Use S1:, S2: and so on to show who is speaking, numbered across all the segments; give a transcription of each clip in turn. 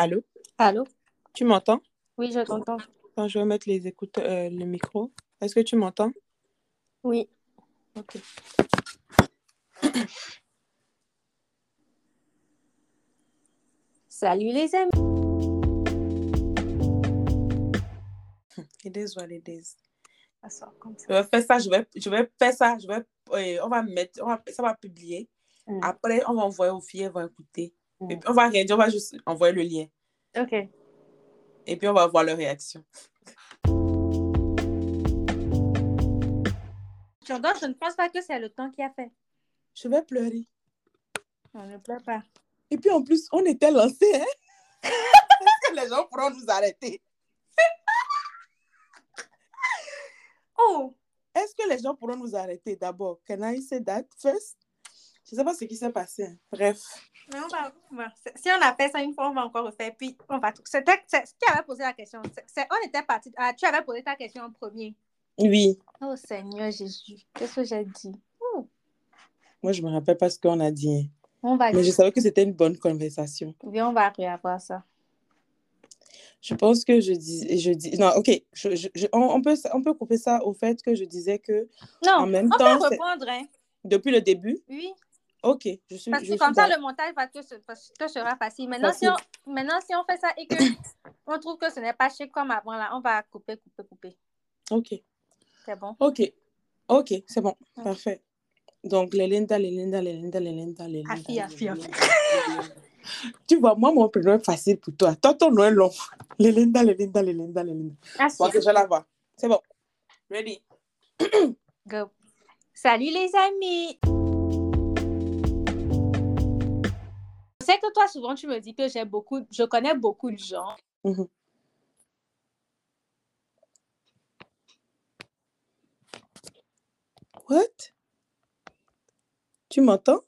S1: Allô?
S2: Allô?
S1: Tu m'entends?
S2: Oui, je t'entends.
S1: Attends, je vais mettre les écoutes, euh, le micro. Est-ce que tu m'entends?
S2: Oui.
S1: Ok.
S2: Salut les amis.
S1: It is what it is.
S2: Ah, Ça sort comme ça.
S1: Je vais faire ça, je vais, je vais faire ça, je vais, euh, on va mettre, on va- ça va publier.
S2: Mm.
S1: Après, on va envoyer aux filles, elles vont écouter.
S2: Mm.
S1: Et puis, on va rien dire, on va juste envoyer le lien.
S2: Ok.
S1: Et puis, on va voir leur réaction.
S2: Jordan, je ne pense pas que c'est le temps qui a fait.
S1: Je vais pleurer.
S2: On ne pleure pas.
S1: Et puis, en plus, on était lancés, hein? Est-ce que les gens pourront nous arrêter?
S2: Oh!
S1: Est-ce que les gens pourront nous arrêter d'abord? Can I say that first? Je sais pas ce qui s'est passé. hein. Bref.
S2: Mais on va, on va- c'est- si on a fait ça une fois, on va encore refaire. Puis on va. C'était c'est- qui avait posé la question. C'est- c'est- on était parti. Ah, tu avais posé ta question en premier.
S1: Oui.
S2: Oh Seigneur Jésus, qu'est-ce que j'ai dit?
S1: Moi, je me rappelle pas ce qu'on a dit. hein.
S2: On va,
S1: Mais je savais que c'était une bonne conversation.
S2: Viens, on va réavoir ça.
S1: Je pense que je dis, je dis, non, ok, je- je- je- on, on peut, on peut couper ça au fait que je disais que
S2: Non,
S1: en même
S2: on
S1: temps,
S2: peut
S1: c'est-
S2: répondre, hein?
S1: depuis le début,
S2: Oui.
S1: ok, je suis,
S2: Parce
S1: je
S2: que comme
S1: suis
S2: ça,
S1: dans-
S2: le montage va te, se- parce- te sera facile. Maintenant,
S1: Facile.
S2: Si on, maintenant, si on fait ça et que on trouve que ce n'est pas chic comme avant, là, on va couper, couper, couper.
S1: ok,
S2: C'est bon?
S1: ok, ok, c'est bon,
S2: Ok.
S1: parfait. Donc, les Linda, les Linda, les Linda, les Linda, les Linda.
S2: Afi,
S1: les
S2: afi,
S1: Linda, les Linda. Tu vois, moi, mon prénom est facile pour toi. Toi, ton nom est long. Les Linda, les Linda, les Linda, les Linda.
S2: Merci.
S1: Bon, ok, je la vois. C'est bon. Ready.
S2: Go. Salut les amis! Je sais que toi, souvent, tu me dis que j'ai beaucoup, je connais beaucoup de gens.
S1: Mhm. What? Tu m'entends?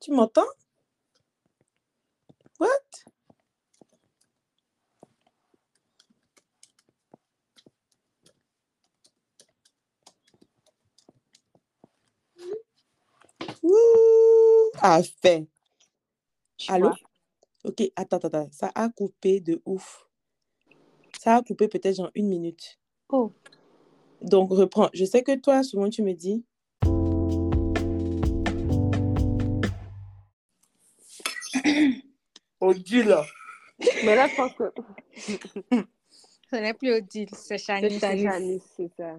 S1: Tu m'entends? What? Wouh! Ah, fait.
S2: tu
S1: Allô?
S2: vois.
S1: Ok, attends, attends, attends. Ça a coupé de ouf. Ça a coupé peut-être genre une minute.
S2: Oh.
S1: Donc, reprends. Je sais que toi, souvent, tu me dis. Oh, Dieu, là.
S3: Mais là, je pense que
S2: Ce n'est plus Odile, c'est
S3: c'est
S2: Shani.
S3: Janice, c'est ça.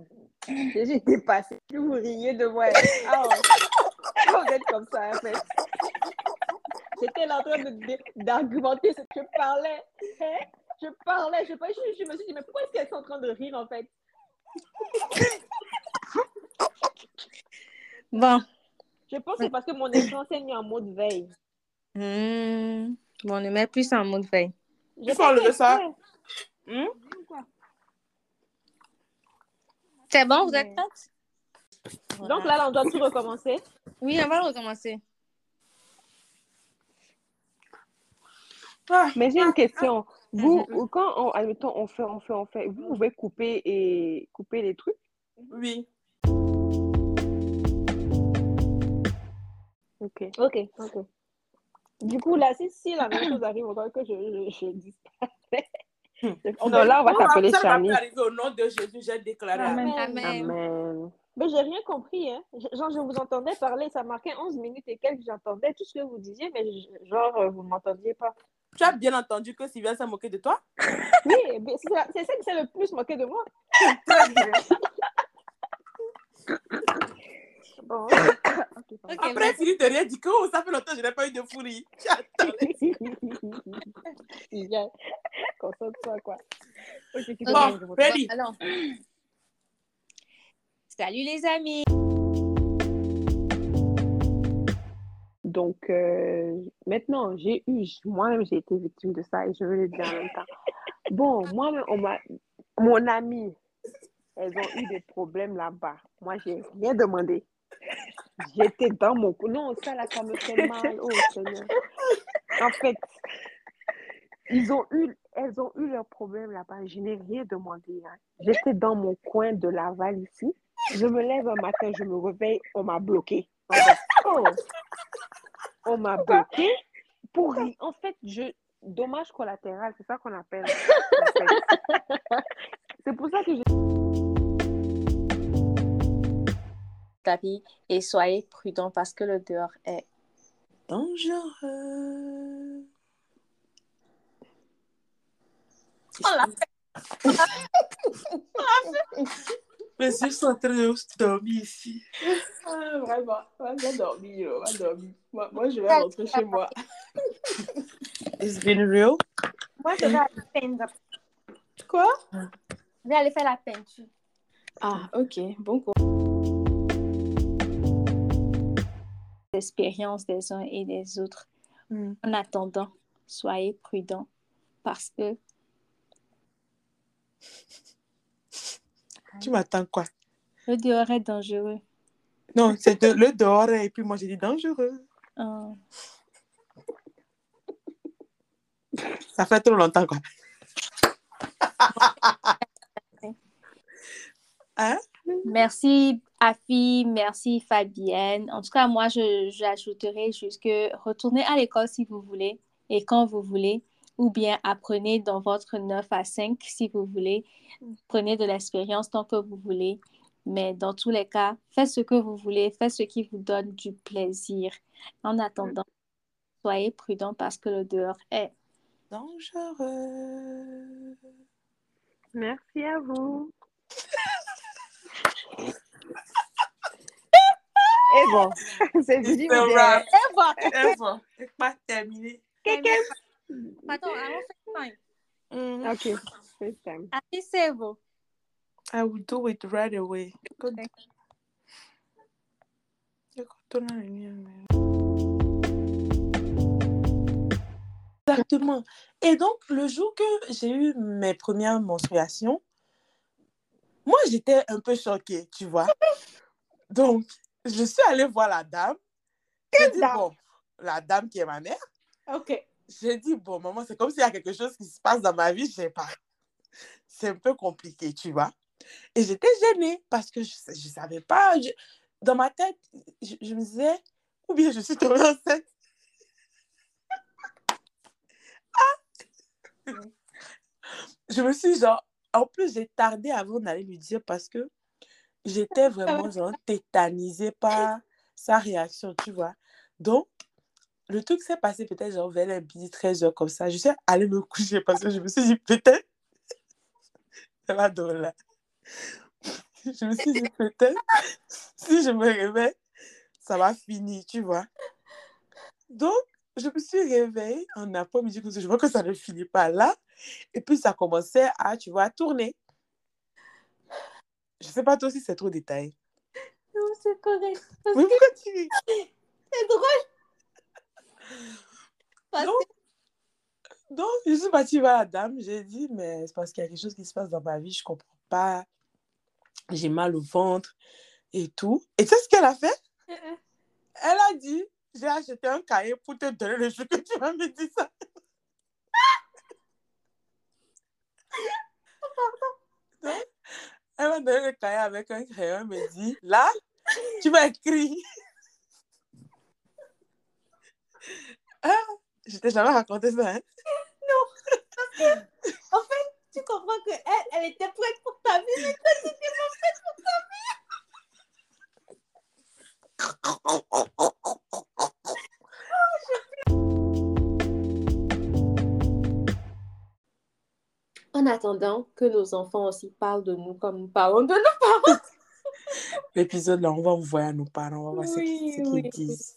S3: J'ai juste dépassé. Vous riez de moi. Ah, ouais. Ah, vous êtes comme ça, en fait. J'étais là en train de- de- d'argumenter ce que je parlais. Hein? Je parlais, je, parlais. Je- je me suis dit, mais pourquoi est-ce qu'elles sont en train de rire, en fait?
S2: Bon.
S3: Je pense que c'est parce que mon écran s'est mis en mode veille.
S2: Hmm. Bon, on ne met plus en mode veille.
S3: Je
S1: Il faut enlever
S3: fais
S1: ça.
S3: exprès.
S1: Hmm?
S2: C'est bon, vous êtes prêtes?
S3: Donc là, on doit tout recommencer.
S2: Oui, on va recommencer.
S1: Ah,
S3: Mais j'ai une question. Vous,
S2: Mhm.
S3: quand on, admettons, on fait, on fait, on fait, vous pouvez couper et couper les trucs.
S1: oui.
S3: Ok. Ok, ok. Du coup, là, si, si la même chose arrive, on va que je, je, je dis Non, là, on va t'appeler
S1: Ça va
S3: Charlie.
S1: plus arriver au nom de Jésus, j'ai déclaré.
S3: Amen.
S2: Amen.
S3: Amen. Mais j'ai rien compris, hein. Je- Genre, je vous entendais parler, ça marquait 11 minutes et quelques, j'entendais tout ce que vous disiez, mais je- genre, euh, vous ne m'entendiez pas.
S1: Tu as bien entendu que Sylvia s'est moquée de toi?
S3: Oui, mais c'est ça- c'est ça qui s'est le plus moqué de moi. Bon. ok, pardon.
S2: Ok,
S1: Après, Sylvie te rien dit que oh, ça fait longtemps que je n'ai pas eu de fourri.
S3: Bien. Concentre-toi, quoi. Ok, tu
S2: Bon,
S3: commences, je vous-
S1: Ready?
S2: Bon, alors. Salut les amis.
S3: Donc, euh, maintenant, j'ai eu, j- moi-même, j'ai été victime de ça et je veux le dire en même temps. Bon, moi-même, on m'a- mon amie, elles ont eu des problèmes là-bas. Moi, j'ai rien demandé. J'étais dans mon cou. Non, ça là, ça me fait mal. Oh, Seigneur. En fait, ils ont eu, elles ont eu leurs problèmes là-bas. Je n'ai rien demandé. hein. J'étais dans mon coin de Laval ici. Je me lève un matin, je me réveille, on m'a bloqué. En fait, oh. on m'a bloqué pour rien. En fait, je dommage collatéral, c'est ça qu'on appelle. en fait. c'est pour ça que je
S2: ta vie et soyez prudents parce que le dehors est.
S1: Dangereux.
S4: On l'a
S1: Mais je suis en train de dormir ici.
S5: Ah, vraiment, va bien dormir, va dormir. Moi, moi, je vais
S4: Ah,
S5: rentrer chez moi.
S1: It's been real.
S4: Moi, je vais aller peindre.
S5: Quoi
S4: Je vais aller faire la peinture.
S5: Ah, ok, bon cours.
S2: L'expérience des uns et des autres. En attendant, soyez prudents parce que
S1: Tu m'attends quoi
S2: le dehors est dangereux.
S1: Non, c'est de- le dehors et puis moi j'ai dit dangereux.
S2: Hein.
S1: Ça fait trop longtemps quoi.
S2: Merci Afi, merci Fabienne. En tout cas, moi, je- j'ajouterai juste que retournez à l'école si vous voulez et quand vous voulez, ou bien apprenez dans votre 9 à 5 si vous voulez. Prenez de l'expérience tant que vous voulez. Mais dans tous les cas, faites ce que vous voulez, faites ce qui vous donne du plaisir. En attendant, soyez prudents parce que le dehors est.
S1: Dangereux.
S3: Merci à vous. Et bon, c'est fini.
S1: It's a
S3: mais-
S1: wrap.
S4: Et voilà.
S1: Et voilà, c'est pas terminé.
S4: Attends, allons faire
S5: Mm-hmm.
S1: Mm.
S3: Ok, FaceTime.
S4: Allez, vous
S1: I will do it right away. Good.
S4: Ok.
S1: Je retourne à la mienne, mais- Exactement. Et donc, le jour que j'ai eu mes premières menstruations, moi, j'étais un peu choquée, tu vois. Donc, je suis allée voir la dame. J'ai dit,
S4: dame?
S1: bon, la dame qui est ma mère.
S5: Ok.
S1: J'ai dit, bon, maman, c'est comme s'il y a quelque chose qui se passe dans ma vie, je sais pas. C'est un peu compliqué, tu vois. Et j'étais gênée parce que je ne savais pas. je- dans ma tête, je, je me disais, ou bien je suis tombée enceinte. ah Je me suis genre. En plus, j'ai tardé avant d'aller lui dire parce que j'étais vraiment genre tétanisée par sa réaction, tu vois. Donc, le truc s'est passé peut-être genre vers les midi 13 heures comme ça. Je suis allée me coucher parce que je me suis dit peut-être. Ça va dans là. Je me suis dit peut-être si je me réveille, ça va finir, tu vois. Donc, je me suis réveillée en après-midi parce que je vois que ça ne finit pas là. Et puis, ça commençait à, tu vois, tourner. Je sais pas toi si c'est trop détaillé.
S4: Non, c'est correct. Parce
S1: Mais
S4: que
S1: pourquoi tu ris
S4: c'est drôle. Parce
S1: Non. Donc, je suis partie voir la dame. J'ai dit, mais c'est parce qu'il y a quelque chose qui se passe dans ma vie. Je comprends pas. J'ai mal au ventre et tout. Et tu sais ce qu'elle a fait?
S4: que- Euh, euh.
S1: Elle a dit, j'ai acheté un cahier pour te donner le jour que tu vas me dire ça. Donc, elle m'a donné le cahier avec un crayon. Elle me dit, là, tu vas écrire. Ah, je t'ai jamais raconté ça, hein?
S4: Tu comprends que elle, elle était prête pour ta vie.
S2: En attendant que nos enfants aussi parlent de nous comme nous parlons de nous.
S1: L'épisode là, on va envoyer à nos parents, on va voir ce qu'ils-
S2: Oui,
S1: ce qu'ils
S2: oui.
S1: disent.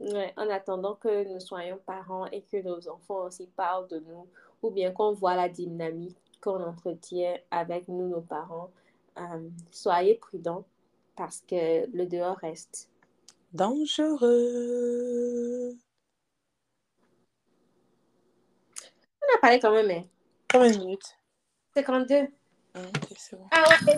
S2: Ouais, en attendant que nous soyons parents et que nos enfants aussi parlent de nous, ou bien qu'on voit la dynamique qu'on entretient avec nous, nos parents, euh, soyez prudents parce que le dehors reste.
S1: Dangereux.
S2: On a parlé quand même, hein.
S1: Combien de minutes
S2: 52.
S1: Ah, ok, c'est bon.
S4: Ah ouais.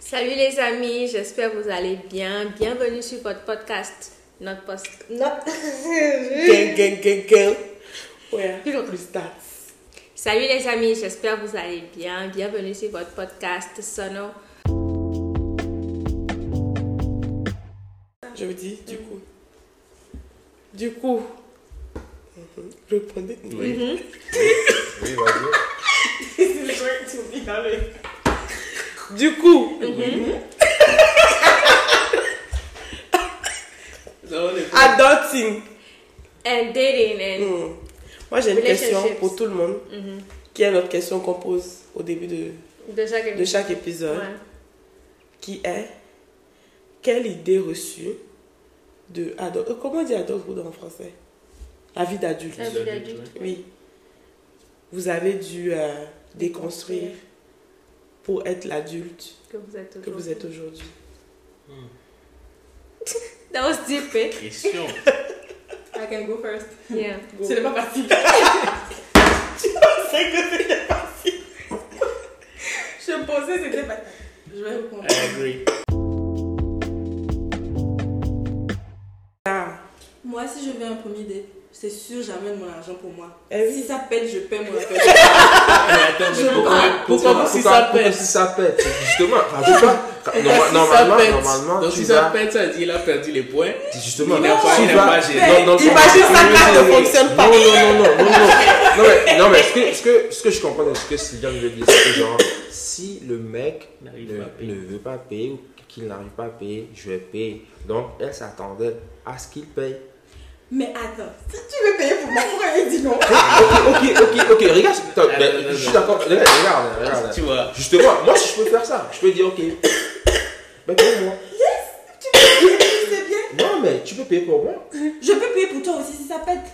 S2: Salut les amis, j'espère que vous allez bien. Bienvenue sur votre podcast. Notre podcast.
S1: Gang, gang, gang, gang. Ouais, plus tard.
S2: Salut les amis, j'espère que vous allez bien. Bienvenue sur votre podcast Sono.
S1: je vous dis, du coup. Du coup. Mhm. Le point de...
S6: Oui. Oui, vas-y.
S1: Les gens qui t'oublient dans le... Du coup. Adulting.
S2: And dating and...
S1: Hmm. Moi, j'ai une question
S2: Relationships.
S1: pour tout le monde.
S2: Mhm.
S1: Qui est notre question qu'on pose au début de,
S2: De chaque
S1: de chaque épisode
S2: Ouais.
S1: Qui est Quelle idée reçue de adulte euh, Comment on dit adulte en français La vie d'adulte.
S2: La vie d'adulte.
S1: Oui. Vous avez dû euh, déconstruire pour être l'adulte
S2: Que vous êtes
S1: que
S2: aujourd'hui.
S1: vous êtes aujourd'hui.
S2: That was deep, eh?
S6: Question.
S5: I can go first.
S2: Yeah.
S5: Ce n'est pas parti.
S1: C'est que c'était pas
S5: Je pensais que c'était parti. Je vais répondre.
S6: I agree.
S1: ça.
S5: Moi, si je vais un premier date, c'est sûr, j'amène mon argent pour moi.
S1: Eh oui.
S5: Si ça pète, je paie mon argent.
S6: Ah, Mais attends, mais pourquoi, pourquoi,
S1: Pourquoi si
S6: pourquoi-
S1: ça pète
S6: pourquoi si ça pète C'est Justement, rajoute pas. Norma- si ça normalement, pète, normalement, donc tu si ça vas.
S1: pète,
S6: Ça dit, il a perdu les points. Justement, Il n'a pas- tu il n'a vas- pas géré.
S1: Non, non, Imagine sa carte ne fonctionne pas.
S6: Non, non, non, non, non, non. Non, mais, non, mais ce, que, ce, que, ce que je comprends de ce que Sylviane veut dire, c'est que genre, si le mec N'arrive ne, pas à payer. ne veut pas payer ou qu'il n'arrive pas à payer, je vais payer. Donc, elle s'attendait à ce qu'il paye.
S5: Mais attends, si tu veux payer pour moi, pourquoi elle dit non
S6: Ok, ok, ok, regarde. attends,
S1: Ah,
S6: ben,
S1: non, non,
S6: je suis
S1: non.
S6: d'accord. Regarde, regarde, regarde.
S1: Tu vois.
S6: Justement, moi, si je peux faire ça, je peux dire, ok, ben paye-moi.
S5: C'est bien.
S6: Non, mais tu peux payer pour moi.
S5: Je peux payer pour toi aussi si ça pète.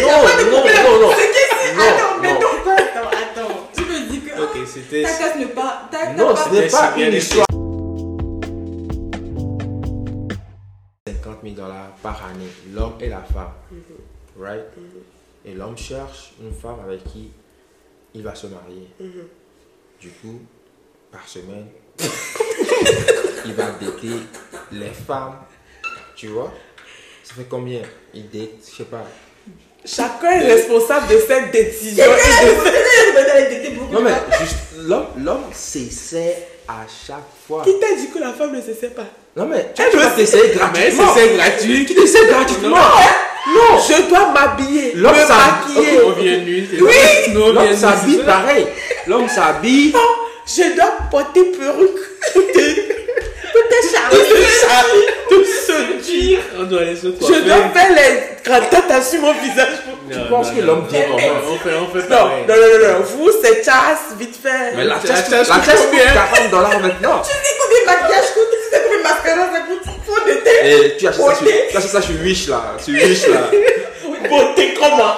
S6: Non, non, non, non.
S5: Attends,
S6: Non,
S5: mais
S6: non.
S5: donc attends, attends. Tu me dis que ah,
S6: Ok, c'était.
S5: ta casse ne pas. Ta, ta
S6: Non,
S5: pas-
S6: ce n'est pas
S1: bien
S6: une
S1: des
S6: histoire. 50 000 dollars par année, l'homme et la femme. Right? Et l'homme cherche une femme avec qui il va se marier. Du coup, par semaine, il va dater les femmes. Tu vois? Ça fait combien? Il date, je sais pas.
S1: Chacun est responsable de cette décision. et de-
S6: Non, mais juste, l'homme l'homme s'essaie à chaque fois.
S1: Qui t'a dit que la femme ne se sait pas
S6: Non, mais Ah, tu
S1: Elle
S6: vas
S1: veut-
S6: t'essayer
S1: Mais
S6: gratuitement.
S1: c'est gratuit.
S6: Qui t'essaie gratuitement. Non.
S1: Je dois m'habiller,
S6: L'homme
S1: me
S6: s'habille.
S1: maquiller.
S6: Ok, on
S1: vient nu.
S6: Oui.
S1: Non,
S6: L'homme s'habille pareil. L'homme s'habille.
S1: Je dois porter perruque. Tout séduire.
S6: On doit aller se
S1: Je dois faire les grattottes sur mon visage. pour-
S6: Tu penses que l'homme vient
S1: non,
S6: comment
S1: non, Non, non, non, non, non. Vous, c'est chasse, vite fait.
S6: Mais la
S1: C'est
S6: chasse,
S1: chasse
S6: la
S1: coûte
S6: chasse coûte
S1: combien
S6: 40 dollars maintenant.
S5: Tu sais combien de maquillage coûte Tu sais combien de mascara ça coûte Faut de tête.
S6: Et Eh, tu achètes ça sur,
S5: Beauté.
S6: tu achètes ça sur Wish là, sur Wish là.
S1: Beauté comment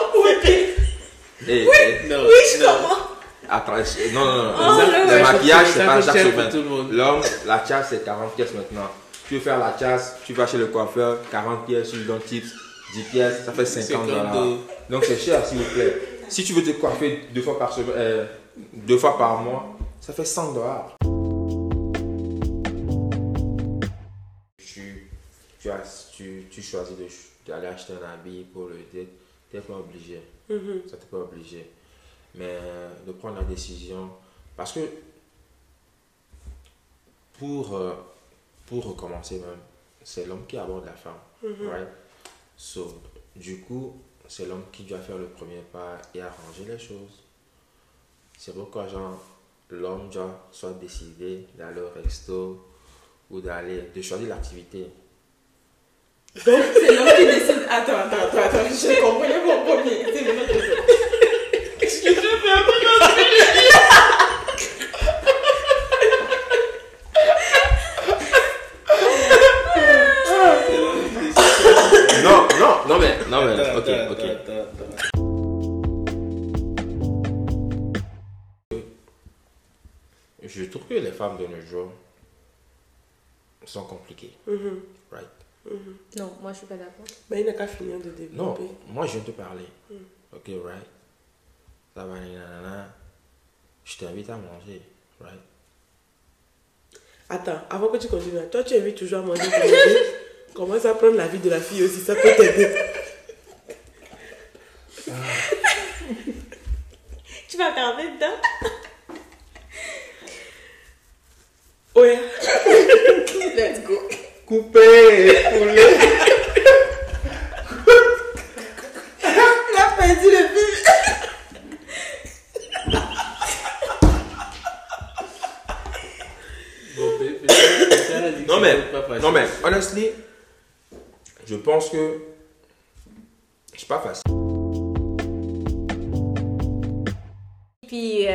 S6: Et, et-
S7: Non,
S6: Eh, attends, je- non, non, non.
S2: Oh,
S6: le
S2: ouais.
S6: maquillage, c'est pas chaque
S7: pour tout
S6: semaine.
S7: le monde.
S6: L'homme, la chasse, c'est 40 pièces maintenant. Tu veux faire la chasse, tu vas chez le coiffeur, 40 pièces, tu lui donnes tips, 10 pièces, ça fait 50 dollars. Donc c'est cher, s'il vous plaît. Si tu veux te coiffer deux fois par, semaine, euh, deux fois par mois, ça fait 100 dollars. Tu, tu, as, tu, tu choisis de ch- d'aller acheter un habit pour le date. Tu n'es pas obligé. Ça t'es pas obligé. Mais euh, de prendre la décision. Parce que pour, euh, pour recommencer même, c'est l'homme qui aborde la femme. right? So, du coup, c'est l'homme qui doit faire le premier pas et arranger les choses. C'est pourquoi, genre, l'homme doit soit décider d'aller au resto ou d'aller, de choisir l'activité.
S5: C'est l'homme qui décide. Attends, attends, attends, attends. Je comprenais mon premier. C'est l'homme qui décide.
S6: Non, non, non, mais, non, mais, ok, ok. Je trouve que les femmes de nos jours sont compliquées. Right.
S2: Non, moi je suis pas d'accord.
S1: Mais Bah, il n'a qu'à finir de
S6: Non,
S1: développer.
S6: moi je viens te parler. Ok, right? Ça va, nanana. Je t'invite à manger, right?
S1: Attends, avant que tu continues, toi, tu invites toujours à manger pour manger. Commence à prendre la vie de la fille aussi, ça peut t'aider.
S5: Tu vas regarder dedans
S1: Ouais.
S5: Let's go.
S6: Coup Coupé, poulet.
S5: Elle a perdu le fil.
S6: Non mais, non mais, honestly, je pense que c'est pas facile.
S2: Puis euh,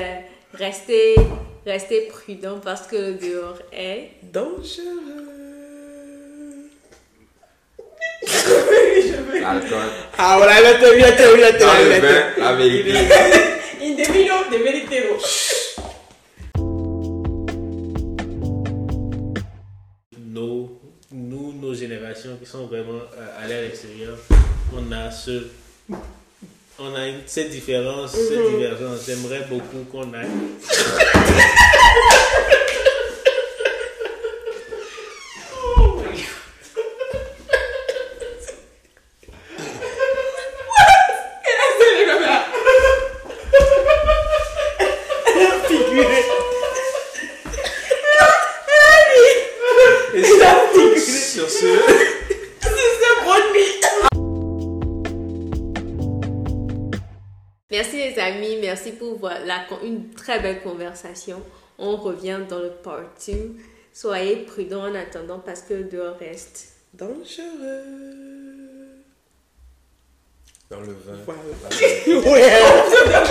S2: restez, restez prudent parce que le dehors est.
S5: Dangereux.
S6: L'alcool,
S5: Ah voilà, elle a terminé, elle a terminé, elle a
S6: dans le
S5: terminé.
S6: vin, la vérité.
S5: Il devine, de vérité.
S7: nos, nous, nos générations qui sont vraiment euh, allées à l'extérieur, on a ce, on a une- cette différence,
S6: Mm-hmm.
S7: cette divergence. J'aimerais beaucoup qu'on aille. Et sur, sur ce,
S2: Merci les amis, merci pour vo- la con- une très belle conversation. On revient dans le part 2. Soyez prudents en attendant parce que le dehors reste.
S5: Dangereux.
S6: Dans le vin.
S5: Voilà.
S6: la vérité.
S5: Ouais.